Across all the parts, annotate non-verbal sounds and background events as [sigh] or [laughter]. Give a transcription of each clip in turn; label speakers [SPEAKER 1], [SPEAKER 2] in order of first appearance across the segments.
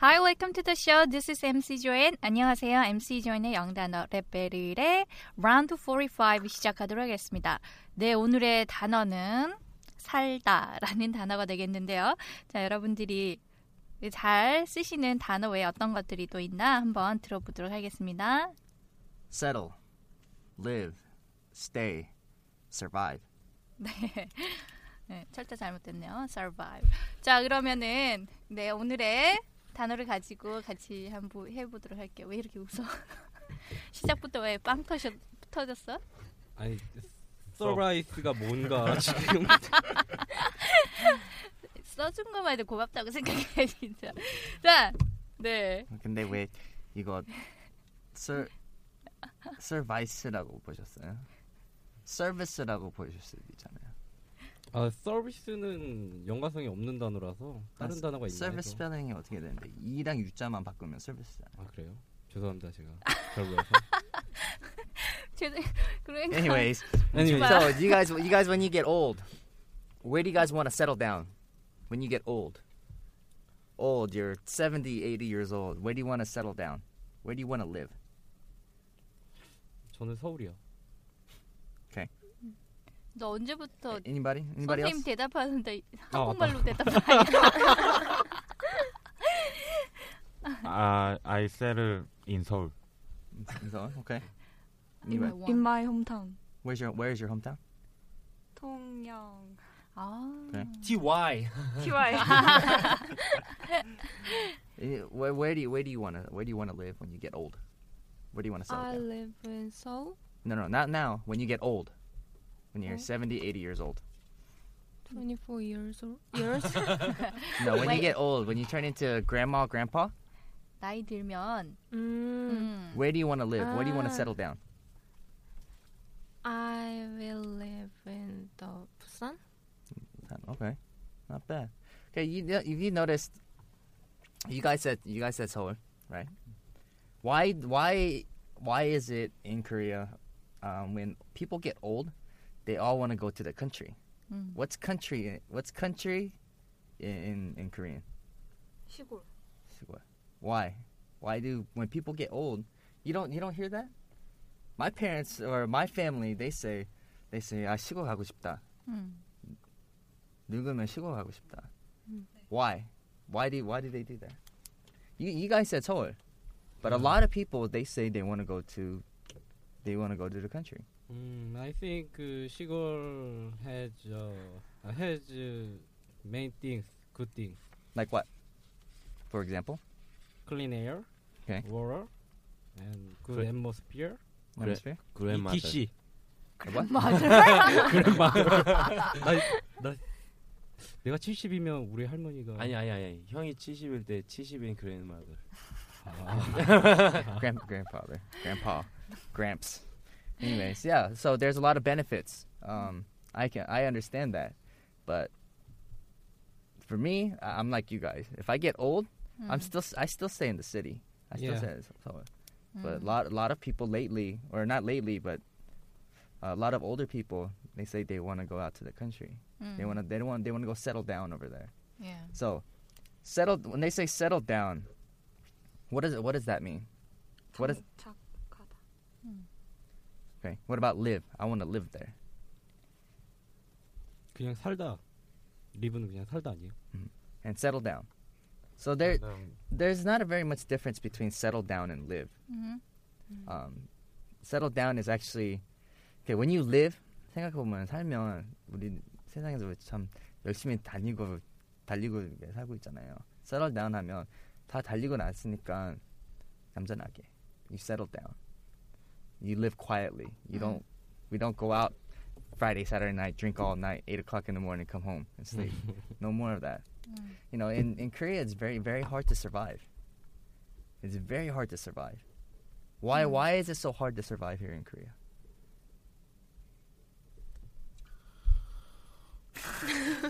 [SPEAKER 1] Hi, welcome to the show. This is MC Joanne. 안녕하세요. MC Joanne의 영단어 랩벨의 라운드 45 시작하도록 하겠습니다. 네, 오늘의 단어는 살다라는 단어가 되겠는데요. 자, 여러분들이 잘 쓰시는 단어 외에 어떤 것들이 또 있나 한번 들어보도록 하겠습니다.
[SPEAKER 2] settle, live, stay, survive.
[SPEAKER 1] 네, 철자 잘못됐네요. survive. 자, 그러면은 네, 오늘의 단어를 가지고 같이 한번 해보도록 할게요. 왜 이렇게 웃어? [laughs] 시작부터 왜 빵 터졌, 터졌어?
[SPEAKER 3] 아니 서라이스가 뭔가 지금
[SPEAKER 1] 써준 것만 해도 고맙다고 생각해 진짜. [laughs] 자, 네.
[SPEAKER 2] 근데 왜 이거 sur service라고 보셨어요? service라고 보실 수도 있잖아요.
[SPEAKER 3] 아 서비스는 연관성이 없는 단어라서 다른
[SPEAKER 2] 아,
[SPEAKER 3] 단어가 있나 해서
[SPEAKER 2] service spelling이 어떻게 되는데 E랑 U자만 바꾸면 service.
[SPEAKER 3] [laughs] 아 그래요? 죄송합니다 제가 잘 몰라서
[SPEAKER 1] 죄송. [laughs] 그러니까
[SPEAKER 2] Anyways,
[SPEAKER 3] Anyway.
[SPEAKER 2] so you guys, you guys, when you get old, where do you guys want to settle down? When you get old, old, you're 70, 80 years old. Where do you want to settle down? Where do you want to live?
[SPEAKER 3] 저는 서울이요
[SPEAKER 1] 너
[SPEAKER 3] 네.
[SPEAKER 1] 언제부터
[SPEAKER 2] Anybody? Anybody
[SPEAKER 1] 선생님
[SPEAKER 2] else?
[SPEAKER 1] 대답하는데
[SPEAKER 3] 아,
[SPEAKER 1] [laughs] 한국말로
[SPEAKER 3] [laughs]
[SPEAKER 1] 대답하냐?
[SPEAKER 4] 아, I settle in 서울.
[SPEAKER 2] So, okay. Anyway,
[SPEAKER 1] 인
[SPEAKER 5] my hometown.
[SPEAKER 2] where's your where's your hometown?
[SPEAKER 5] 통영.
[SPEAKER 1] 아,
[SPEAKER 2] 그래.
[SPEAKER 6] TY.
[SPEAKER 5] TY.
[SPEAKER 2] Eh, Where, where do you where do you want to where do you want to live when you get old? Where do you want to settle
[SPEAKER 5] I
[SPEAKER 2] down?
[SPEAKER 5] live in Seoul.
[SPEAKER 2] No, no, not now. When you get old, when you're 70, 80 years old.
[SPEAKER 5] Mm. 24 years old. Years?
[SPEAKER 2] No, when
[SPEAKER 1] Wait.
[SPEAKER 2] you get old, when you turn into grandma, grandpa,
[SPEAKER 1] 나이 들면
[SPEAKER 5] mm,
[SPEAKER 1] 음,
[SPEAKER 2] where do you want to live? Where do you want
[SPEAKER 5] Ah.
[SPEAKER 2] to settle down?
[SPEAKER 5] I will live in the Busan.
[SPEAKER 2] Okay, not bad. Okay, you know- if you noticed, you guys said you guys said Seoul, right? Why why why is it in Korea um, when people get old, they all want to go to the country?
[SPEAKER 1] Mm.
[SPEAKER 2] What's country? in- What's country in in, in Korean?
[SPEAKER 5] 시골.
[SPEAKER 2] Siwa. Why? Why do when people get old, you don't you don't hear that? My parents or my family, they say they say 아 시골 가고 싶다.
[SPEAKER 1] 음.
[SPEAKER 2] 늙으면 시골 가고 싶다. Why? Why do why do they do that? You you guys said Seoul, but a lot of people they say they want to go to they want to go to the country.
[SPEAKER 3] 음 I think 그 시골 has uh, has main things good things
[SPEAKER 2] Like what? For example,
[SPEAKER 3] clean air
[SPEAKER 2] Okay.
[SPEAKER 3] water and good
[SPEAKER 7] 그래.
[SPEAKER 3] atmosphere
[SPEAKER 7] 그래.
[SPEAKER 2] atmosphere.
[SPEAKER 7] 그랜마더
[SPEAKER 3] ETC
[SPEAKER 2] What?
[SPEAKER 7] [laughs]
[SPEAKER 3] [laughs] 나나 내가 70이면 우리 할머니가
[SPEAKER 7] 아니 아니 아니 형이 70일 때 70인 그랜마더
[SPEAKER 2] Grand, grandfather, grandpa, gramps. Anyways, yeah. So there's a lot of benefits. Um, I can I understand that, but for me, I- I'm like you guys. If I get old, I'm still s- I still stay in the city. I still
[SPEAKER 3] Yeah.
[SPEAKER 2] stay. in Seoul. But a lot a lot of people lately, or not lately, but a lot of older people, they say they want to go out to the country.
[SPEAKER 1] Hmm.
[SPEAKER 2] They want to they don't want they want to go settle down over there.
[SPEAKER 1] 음,
[SPEAKER 3] 네.
[SPEAKER 1] 예.
[SPEAKER 2] So, settle when they say settle down, what does what does that mean? What is
[SPEAKER 5] 착하다.
[SPEAKER 2] Okay. What about live? I want to live there.
[SPEAKER 3] 그냥 살다 리브는 그냥 살다 아니에요?
[SPEAKER 2] and settle down. So there,
[SPEAKER 3] 그냥
[SPEAKER 2] there's not a very much difference between settle down and live.
[SPEAKER 1] 음.
[SPEAKER 2] Um, settle down is actually okay. When you live, 생각해 보면 살면 우리 세상에서 왜참 열심히 다니고 달리고 이렇게 살고 있잖아요. settle down 하면 다 달리고 났으니까 얌전하게. You settle down. You live quietly. You don't. We don't go out Friday, Saturday night, drink all night, eight o'clock in the morning, come home and sleep. no more of that. You know, in, in Korea, it's very very hard to survive. It's very hard to survive. Why why is it so hard to survive here in Korea?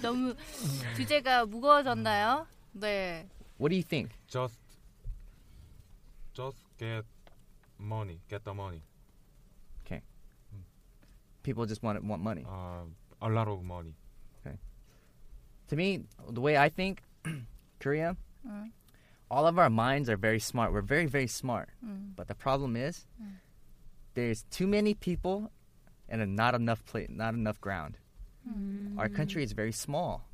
[SPEAKER 1] 너무 주제가 무거워졌나요?
[SPEAKER 3] 음.
[SPEAKER 1] 네.
[SPEAKER 2] What do you think?
[SPEAKER 4] Just, just get money, get the money.
[SPEAKER 2] Okay. People just want want money.
[SPEAKER 4] Uh, a lot of money.
[SPEAKER 2] To me, the way I think, [clears throat] Korea, all of our minds are very smart. We're very very smart. But the problem is, there's too many people, and not enough pla not enough ground. Our country is very small,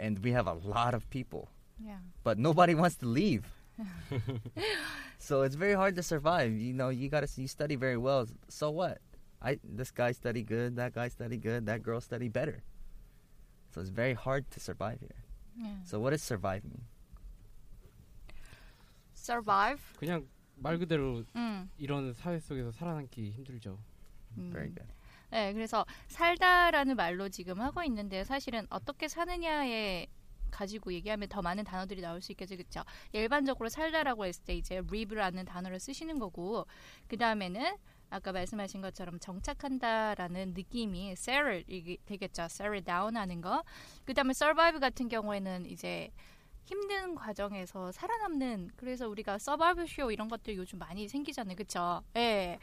[SPEAKER 2] and we have a lot of people.
[SPEAKER 1] Yeah.
[SPEAKER 2] but nobody wants to leave. [laughs] so it's very hard to survive. You know, you gotta you study very well. So what? I this guy study good, that guy study good, that girl study better. So it's very hard to survive here.
[SPEAKER 1] Yeah.
[SPEAKER 2] So what does survive mean?
[SPEAKER 1] Survive.
[SPEAKER 3] 그냥 말 그대로
[SPEAKER 1] 음.
[SPEAKER 3] 이런 사회 속에서 살아남기 힘들죠.
[SPEAKER 1] Mm.
[SPEAKER 2] Very good.
[SPEAKER 1] 네, 그래서 살다라는 말로 지금 하고 있는데 사실은 어떻게 사느냐에 가지고 얘기하면 더 많은 단어들이 나올 수 있겠죠, 그렇죠? 일반적으로 살다라고 했을 때 이제 live라는 단어를 쓰시는 거고 그 다음에는 아까 말씀하신 것처럼 정착한다라는 느낌이 settle 이게 되겠죠, settle down하는 거. 그 다음에 survive 같은 경우에는 이제 힘든 과정에서 살아남는 그래서 우리가 서바이벌 쇼 이런 것들 요즘 많이 생기잖아요, 그렇죠? 예.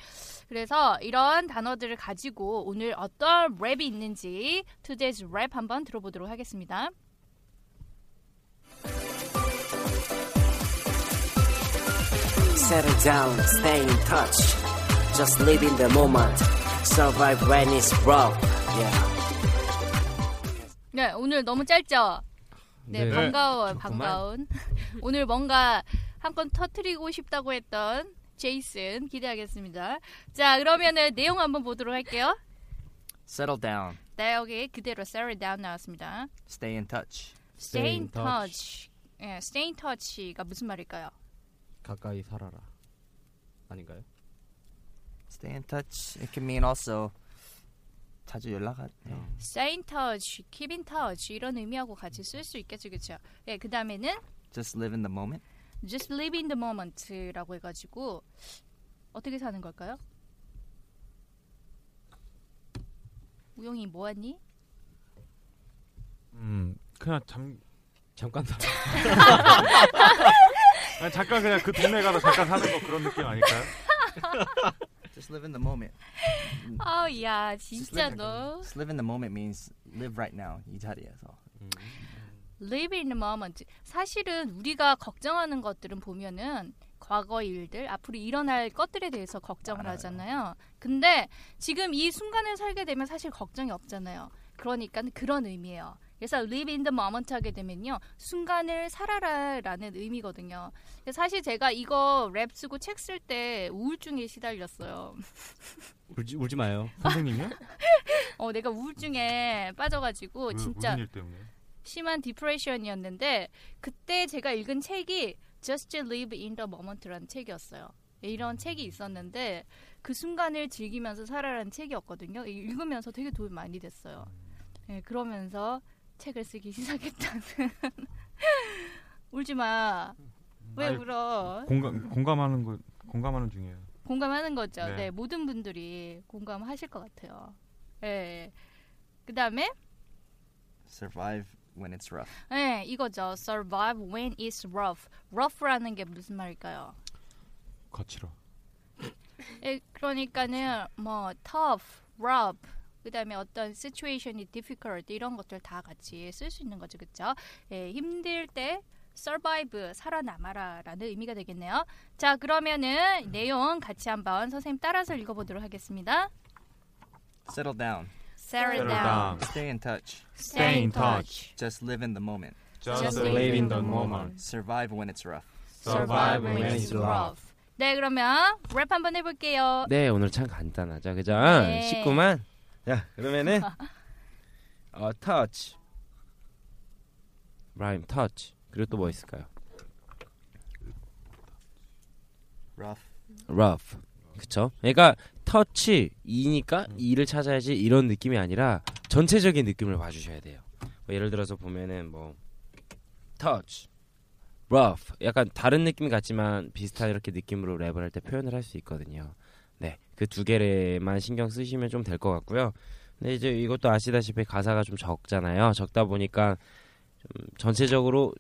[SPEAKER 1] 그래서 이런 단어들을 가지고 오늘 어떤 랩이 있는지 today's 랩 한번 들어보도록 하겠습니다.
[SPEAKER 8] Settle down, stay in touch. Just live in the moment. Survive when it's broke. Yeah.
[SPEAKER 1] 네, 오늘 너무 짧죠? 네,
[SPEAKER 3] 네.
[SPEAKER 1] 반가워요,
[SPEAKER 7] 좋구만.
[SPEAKER 1] 반가운. [laughs] 오늘 뭔가 한 건 터트리고 싶다고 했던 제이슨 기대하겠습니다. 자, 그러면은 내용 한번 보도록 할게요.
[SPEAKER 2] Settle down,
[SPEAKER 1] 네, 여기 그대로 Sarah Down 나왔습니다.
[SPEAKER 2] stay in touch.
[SPEAKER 1] Stay in
[SPEAKER 3] Stay in
[SPEAKER 1] touch.
[SPEAKER 3] touch.
[SPEAKER 1] 예, stay in touch가 무슨 말일까요?
[SPEAKER 3] 가까이 살아라. 아닌가요?
[SPEAKER 2] Stay in touch. It can mean also 자주 연락하.
[SPEAKER 1] Stay in touch, keep in touch 이런 의미하고 같이 쓸 수 있겠죠, 그렇죠? 예, 그 다음에는
[SPEAKER 2] Just live in the moment.
[SPEAKER 1] just live in the moment라고 해가지고 어떻게 사는 걸까요? 우영이 뭐하니?
[SPEAKER 4] 음, 그냥 잠,
[SPEAKER 3] 잠깐 살아.
[SPEAKER 4] [laughs] 아니, 잠깐 그냥 그 동네 가서 잠깐 사는 거 그런 느낌 아닐까요?
[SPEAKER 2] Just live in the moment.
[SPEAKER 1] 아야
[SPEAKER 2] Just
[SPEAKER 1] 진짜
[SPEAKER 2] live in-
[SPEAKER 1] 너
[SPEAKER 2] Just live in the moment means live right now. 이 자리에서.
[SPEAKER 1] live in the moment. 사실은 우리가 걱정하는 것들은 보면은 과거 일들, 앞으로 일어날 것들에 대해서 걱정을
[SPEAKER 2] 많아요.
[SPEAKER 1] 하잖아요. 근데 지금 이 순간을 살게 되면 사실 걱정이 없잖아요. 그러니까 그런 의미예요. 그래서 live in the moment 하게 되면요. 순간을 살아라라는 의미거든요. 근데 사실 제가 이거 랩 쓰고 책 쓸 때 우울증에 시달렸어요.
[SPEAKER 3] 울지 울지 마요.
[SPEAKER 4] 선생님이요?
[SPEAKER 1] 어, 내가 우울증에 빠져가지고
[SPEAKER 4] 왜,
[SPEAKER 1] 진짜
[SPEAKER 4] 무슨 일 때문에?
[SPEAKER 1] 심한 디프레션이었는데 그때 제가 읽은 책이 Just Live in the Moment라는 책이었어요. 이런 책이 있었는데 그 순간을 즐기면서 살아라는 책이었거든요. 이- 읽으면서 되게 도움이 많이 됐어요. 예, 그러면서 책을 쓰기 [laughs] 시작했다는 울지 마. 왜
[SPEAKER 4] 아이,
[SPEAKER 1] 울어?
[SPEAKER 4] 공감 공감하는 거 공감하는 중이에요.
[SPEAKER 1] 공감하는 거죠. 네.
[SPEAKER 4] 네.
[SPEAKER 1] 모든 분들이 공감하실 것 같아요. 예. 그다음에
[SPEAKER 2] Survive when it's rough.
[SPEAKER 1] 네, 이거죠. Survive when it's rough. rough라는 게 무슨 말일까요?
[SPEAKER 4] 거칠어.
[SPEAKER 1] 예, 그러니까는 뭐 tough, rough, 그다음에 어떤 situation이 difficult 이런 것들 다 같이 쓸 수 있는 거죠, 그렇죠? 예, 힘들 때 survive 살아남아라라는 의미가 되겠네요. 자,
[SPEAKER 4] 음.
[SPEAKER 1] 그러면은 내용 같이 한번 선생님 따라서 읽어보도록 하겠습니다.
[SPEAKER 2] Settle down.
[SPEAKER 1] Settle
[SPEAKER 2] Settle
[SPEAKER 1] down.
[SPEAKER 2] down. Stay in touch.
[SPEAKER 1] Stay in touch.
[SPEAKER 2] Just live in the moment.
[SPEAKER 4] Just Just live live in in the the moment. moment.
[SPEAKER 2] Survive when it's rough.
[SPEAKER 4] Survive when it's rough.
[SPEAKER 1] 네, 그러면 랩 한번 해볼게요.
[SPEAKER 7] 네 오늘 참 간단하죠 그죠?
[SPEAKER 1] 네.
[SPEAKER 7] 쉽구만 자 그러면은 어 터치 라임 터치 그리고 또 뭐 있을까요?
[SPEAKER 2] Rough.
[SPEAKER 7] rough 그쵸? 그러니까 터치 이니까 이를 찾아야지 이런 느낌이 아니라 전체적인 느낌을 봐주셔야 돼요 뭐 예를 들어서 보면은 뭐 touch rough 약간 다른 느낌 같지만 비슷한 이렇게 느낌으로 랩을 할 때 표현을 할 수 있거든요. 네, 그 두 개만 신경 쓰시면 좀 될 것 같고요. 근데 이제 이것도 아시다시피 가사가 좀 적잖아요. 적다 보니까 좀 전체적으로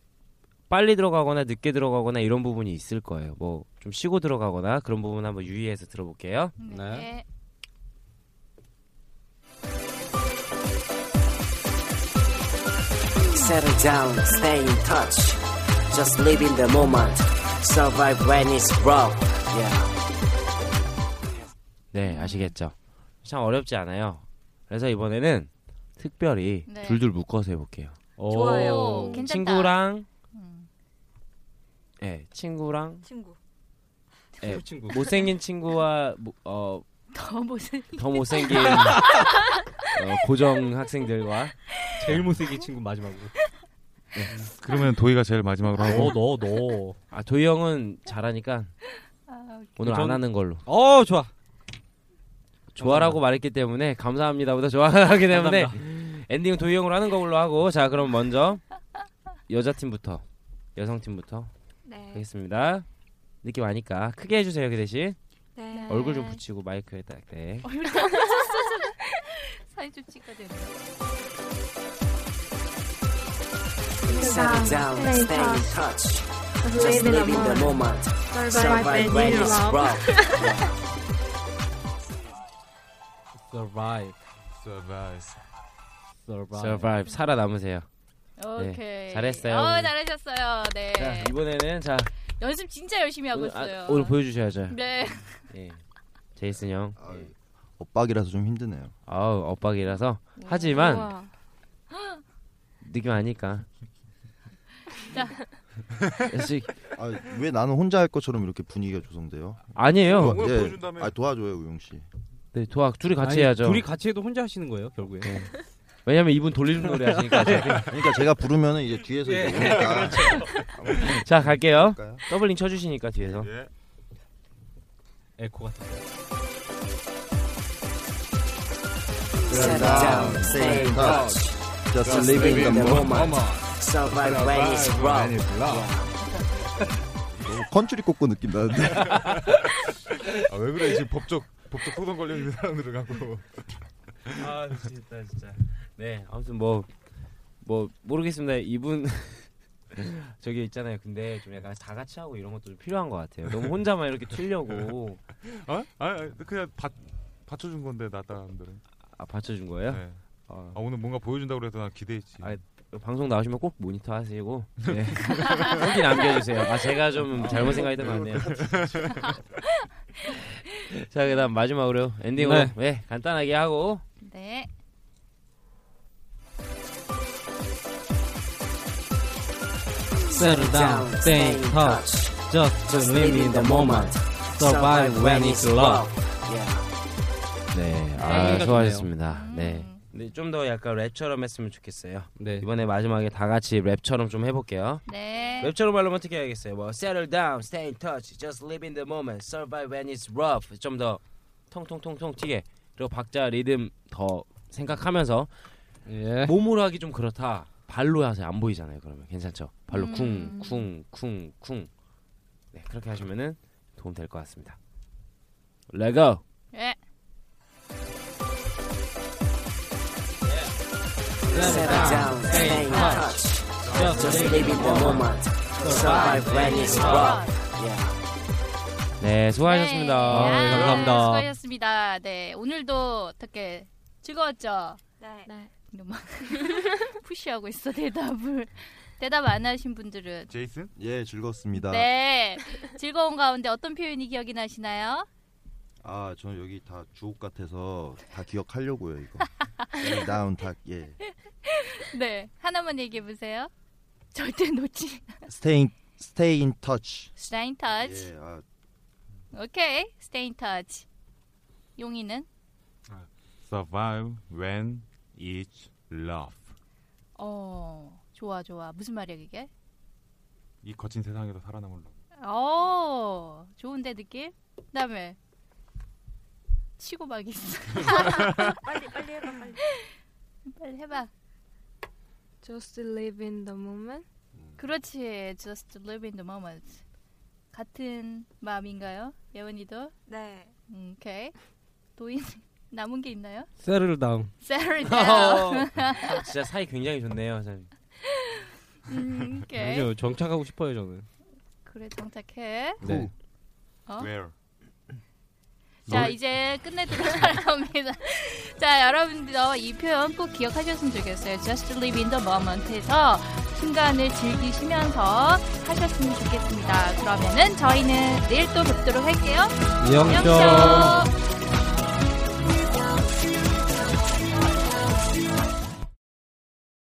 [SPEAKER 7] 빨리 들어가거나 늦게 들어가거나 이런 부분이 있을 거예요. 뭐 좀 쉬고 들어가거나 그런 부분 한번 유의해서 들어볼게요.
[SPEAKER 1] 네.
[SPEAKER 8] Settle down, stay in touch. Just live in the moment. Survive when it's rough. Yeah.
[SPEAKER 1] 음.
[SPEAKER 7] 네, 아시겠죠? 참 어렵지 않아요. 그래서 이번에는 특별히
[SPEAKER 1] 네.
[SPEAKER 7] 둘둘 묶어서 해볼게요.
[SPEAKER 1] 좋아요. 괜찮다. 음.
[SPEAKER 7] 친구랑 예, 친구랑
[SPEAKER 5] 친구.
[SPEAKER 7] 예,
[SPEAKER 3] 네. 친구.
[SPEAKER 7] 못생긴 친구와 뭐, 어,
[SPEAKER 1] 더 못생긴.
[SPEAKER 7] 더
[SPEAKER 1] [laughs]
[SPEAKER 7] 못생긴 어, 고정 학생들과
[SPEAKER 3] 제일 못생긴 친구 마지막으로.
[SPEAKER 4] 네.
[SPEAKER 3] 어,
[SPEAKER 4] 그러면 도희가 제일 마지막으로 하고
[SPEAKER 3] 너, 너.
[SPEAKER 7] 아 도희 형은 잘하니까
[SPEAKER 1] 아,
[SPEAKER 7] 오늘 안
[SPEAKER 3] 전-
[SPEAKER 7] 하는 걸로
[SPEAKER 3] 어, 좋아.
[SPEAKER 7] 좋아라고 말했기 때문에 감사합니다보다 [laughs] 좋아하기 때문에 엔딩은 도희 형으로 하는 걸로 하고 자 그럼 먼저 여자 팀부터 여성 팀부터
[SPEAKER 5] 네.
[SPEAKER 7] 하겠습니다. 느낌 아니까 크게 해주세요 그 대신
[SPEAKER 5] 네.
[SPEAKER 7] 얼굴 좀 붙이고 마이크에 딱 네.
[SPEAKER 1] 얼굴 다 붙였어. [laughs] 사이 좀 찍어야 되
[SPEAKER 8] Settle down,
[SPEAKER 5] Stay in
[SPEAKER 8] stay in
[SPEAKER 5] touch.
[SPEAKER 8] touch.
[SPEAKER 5] Just
[SPEAKER 8] Just live in the moment. Survive when it's rough. Yeah.
[SPEAKER 3] Survive.
[SPEAKER 4] Survive.
[SPEAKER 3] Survive.
[SPEAKER 7] Survive 살아남으세요. 네,
[SPEAKER 1] 오케이.
[SPEAKER 7] 잘했어요,
[SPEAKER 1] 어,
[SPEAKER 7] 오늘.
[SPEAKER 1] 잘하셨어요. 네.
[SPEAKER 7] 자 이번에는 자
[SPEAKER 1] 연습 진짜 열심히 하고
[SPEAKER 7] 오늘, 아,
[SPEAKER 1] 있어요.
[SPEAKER 7] 오늘 보여주셔야죠.
[SPEAKER 1] 네.
[SPEAKER 7] 예. 제이슨 형.
[SPEAKER 9] 엇박이라서 좀 힘드네요.
[SPEAKER 7] 아우 엇박이라서 하지만
[SPEAKER 1] 네. 우와.
[SPEAKER 7] 느낌 아니까.
[SPEAKER 1] 자,
[SPEAKER 7] 역시
[SPEAKER 9] 아, 왜 나는 혼자 할 것처럼 이렇게 분위기가 조성돼요?
[SPEAKER 4] 어,
[SPEAKER 7] 아니에요.
[SPEAKER 9] 도-
[SPEAKER 3] [laughs]
[SPEAKER 7] 그걸
[SPEAKER 9] 예. 아, 도와줘요, 우영 씨.
[SPEAKER 7] 네 도와 둘이 같이
[SPEAKER 3] 아니,
[SPEAKER 7] 해야죠.
[SPEAKER 3] 둘이 같이 해도 혼자 하시는 거예요, 결국에.
[SPEAKER 7] 왜냐면 이분 돌리는 노래 하시니까.
[SPEAKER 9] 그러니까 제가 부르면은 이제
[SPEAKER 7] 네.
[SPEAKER 3] [laughs]
[SPEAKER 9] 뒤에서
[SPEAKER 4] 예.
[SPEAKER 9] 이제 오니까.
[SPEAKER 7] 자 갈게요.
[SPEAKER 9] 갈까요?
[SPEAKER 7] 더블링 쳐주시니까 뒤에서.
[SPEAKER 3] 에코 같은 거.
[SPEAKER 8] Settle down, stay in touch. Just live in the moment. Survive when it's rough.
[SPEAKER 9] 너무 컨츄리 꼬꼬 느낌 나는데.
[SPEAKER 4] 아, 왜 그래 지금 법적 법적 소송 걸려 있는 사람들을 갖고.
[SPEAKER 7] 아 진짜 진짜. 네 아무튼 뭐 뭐 모르겠습니다. 이분 [laughs] 저기 있잖아요. 근데 좀 약간 다 같이 하고 이런 것도 좀 필요한 것 같아요. 너무 혼자만 이렇게 튀려고
[SPEAKER 4] 어? 아니, 아니 그냥 받 받쳐준 건데 나 사람들은.
[SPEAKER 7] 아 받쳐준 거예요?
[SPEAKER 4] 네.
[SPEAKER 7] 어.
[SPEAKER 4] 아 오늘 뭔가 보여준다고 그래서 난 기대했지.
[SPEAKER 7] 아, 방송 나오시면 꼭 모니터 하시고 네. 후기 남겨주세요. 아 제가 좀 잘못 생각했던 것 [laughs] 같네요. 자 그다음 마지막으로 엔딩으로
[SPEAKER 3] 네.
[SPEAKER 7] 네, 간단하게 하고
[SPEAKER 1] 네.
[SPEAKER 8] Settle down, stay in touch. Just live in the moment. Survive when it's rough. Yeah.
[SPEAKER 7] 네, 아,
[SPEAKER 3] 다행이다
[SPEAKER 7] 수고하셨습니다. 네. 근데 좀 더 약간 랩처럼 했으면 좋겠어요.
[SPEAKER 3] 네.
[SPEAKER 7] 이번에 마지막에 다 같이 랩처럼 좀 해볼게요.
[SPEAKER 1] 네.
[SPEAKER 7] 랩처럼 말로면 어떻게 해야겠어요? 뭐 settle down, stay in touch, just live in the moment, survive when it's rough. 좀 더 통통통통 튀게 그리고 박자 리듬 더 생각하면서
[SPEAKER 3] 예.
[SPEAKER 7] 몸으로 하기 좀 그렇다. 발로 하세요. 안 보이잖아요. 그러면 괜찮죠? 발로
[SPEAKER 1] 음.
[SPEAKER 7] 쿵쿵쿵쿵. 네, 그렇게 하시면은 도움 될 것 같습니다. 레고.
[SPEAKER 1] 예.
[SPEAKER 8] Settle down, stay in touch. Just live in the moment. Survive when it's rough. Yeah.
[SPEAKER 7] 네, 수고하셨습니다.
[SPEAKER 1] 네. 아,
[SPEAKER 3] 감사합니다.
[SPEAKER 1] 수고하셨습니다. 네. 오늘도 어떻게 즐거웠죠?
[SPEAKER 5] 네.
[SPEAKER 1] 이놈아. [laughs] 푸시하고 있어 대답을. 대답 안 하신 분들은
[SPEAKER 4] [laughs] 제이슨?
[SPEAKER 9] 예, 즐거웠습니다.
[SPEAKER 1] 네. 즐거운 가운데 어떤 표현이 기억이 나시나요?
[SPEAKER 9] 아, 저는 여기 다 주옥 같아서 다 기억하려고요, 이거. 다운 탁 예.
[SPEAKER 1] 네, 하나만 얘기해 보세요. 절대 놓지.
[SPEAKER 9] Stay stay in touch.
[SPEAKER 1] Stay in touch.
[SPEAKER 9] 예, 아,
[SPEAKER 1] 오케이, stay in touch. 용이는
[SPEAKER 4] Survive when it's love.
[SPEAKER 1] 어 좋아 좋아 무슨 말이야 그게?
[SPEAKER 4] 이 거친 세상에서 살아남으려고.
[SPEAKER 1] 어 좋은데 느낌? 그다음에 치고 막 있어.
[SPEAKER 5] [laughs] 빨리 빨리 해봐 빨리.
[SPEAKER 1] 빨리 해봐.
[SPEAKER 5] Just live in the moment.
[SPEAKER 1] 그렇지, just live in the moment. 같은 마음인가요, 예원이도?
[SPEAKER 5] 네.
[SPEAKER 1] 오케이. 도인 [laughs] 남은 게 있나요?
[SPEAKER 3] Settle down. [laughs]
[SPEAKER 1] Settle down.
[SPEAKER 7] 어, [laughs] 진짜 사이 굉장히 좋네요. 저는.
[SPEAKER 1] 음, 오케이.
[SPEAKER 3] 아니요, 정착하고 싶어요 저는.
[SPEAKER 1] 그래 정착해.
[SPEAKER 3] 네.
[SPEAKER 1] 어?
[SPEAKER 4] Where?
[SPEAKER 1] 자
[SPEAKER 3] 노래-
[SPEAKER 1] 이제 끝내도록 할 겁니다. [laughs] 자 여러분도 이 표현 꼭 기억하셨으면 좋겠어요. Just live in the moment에서 순간을 즐기시면서 하셨으면 좋겠습니다. 그러면은 저희는 내일 또 뵙도록 할게요.
[SPEAKER 3] 영쇼.
[SPEAKER 1] 영쇼.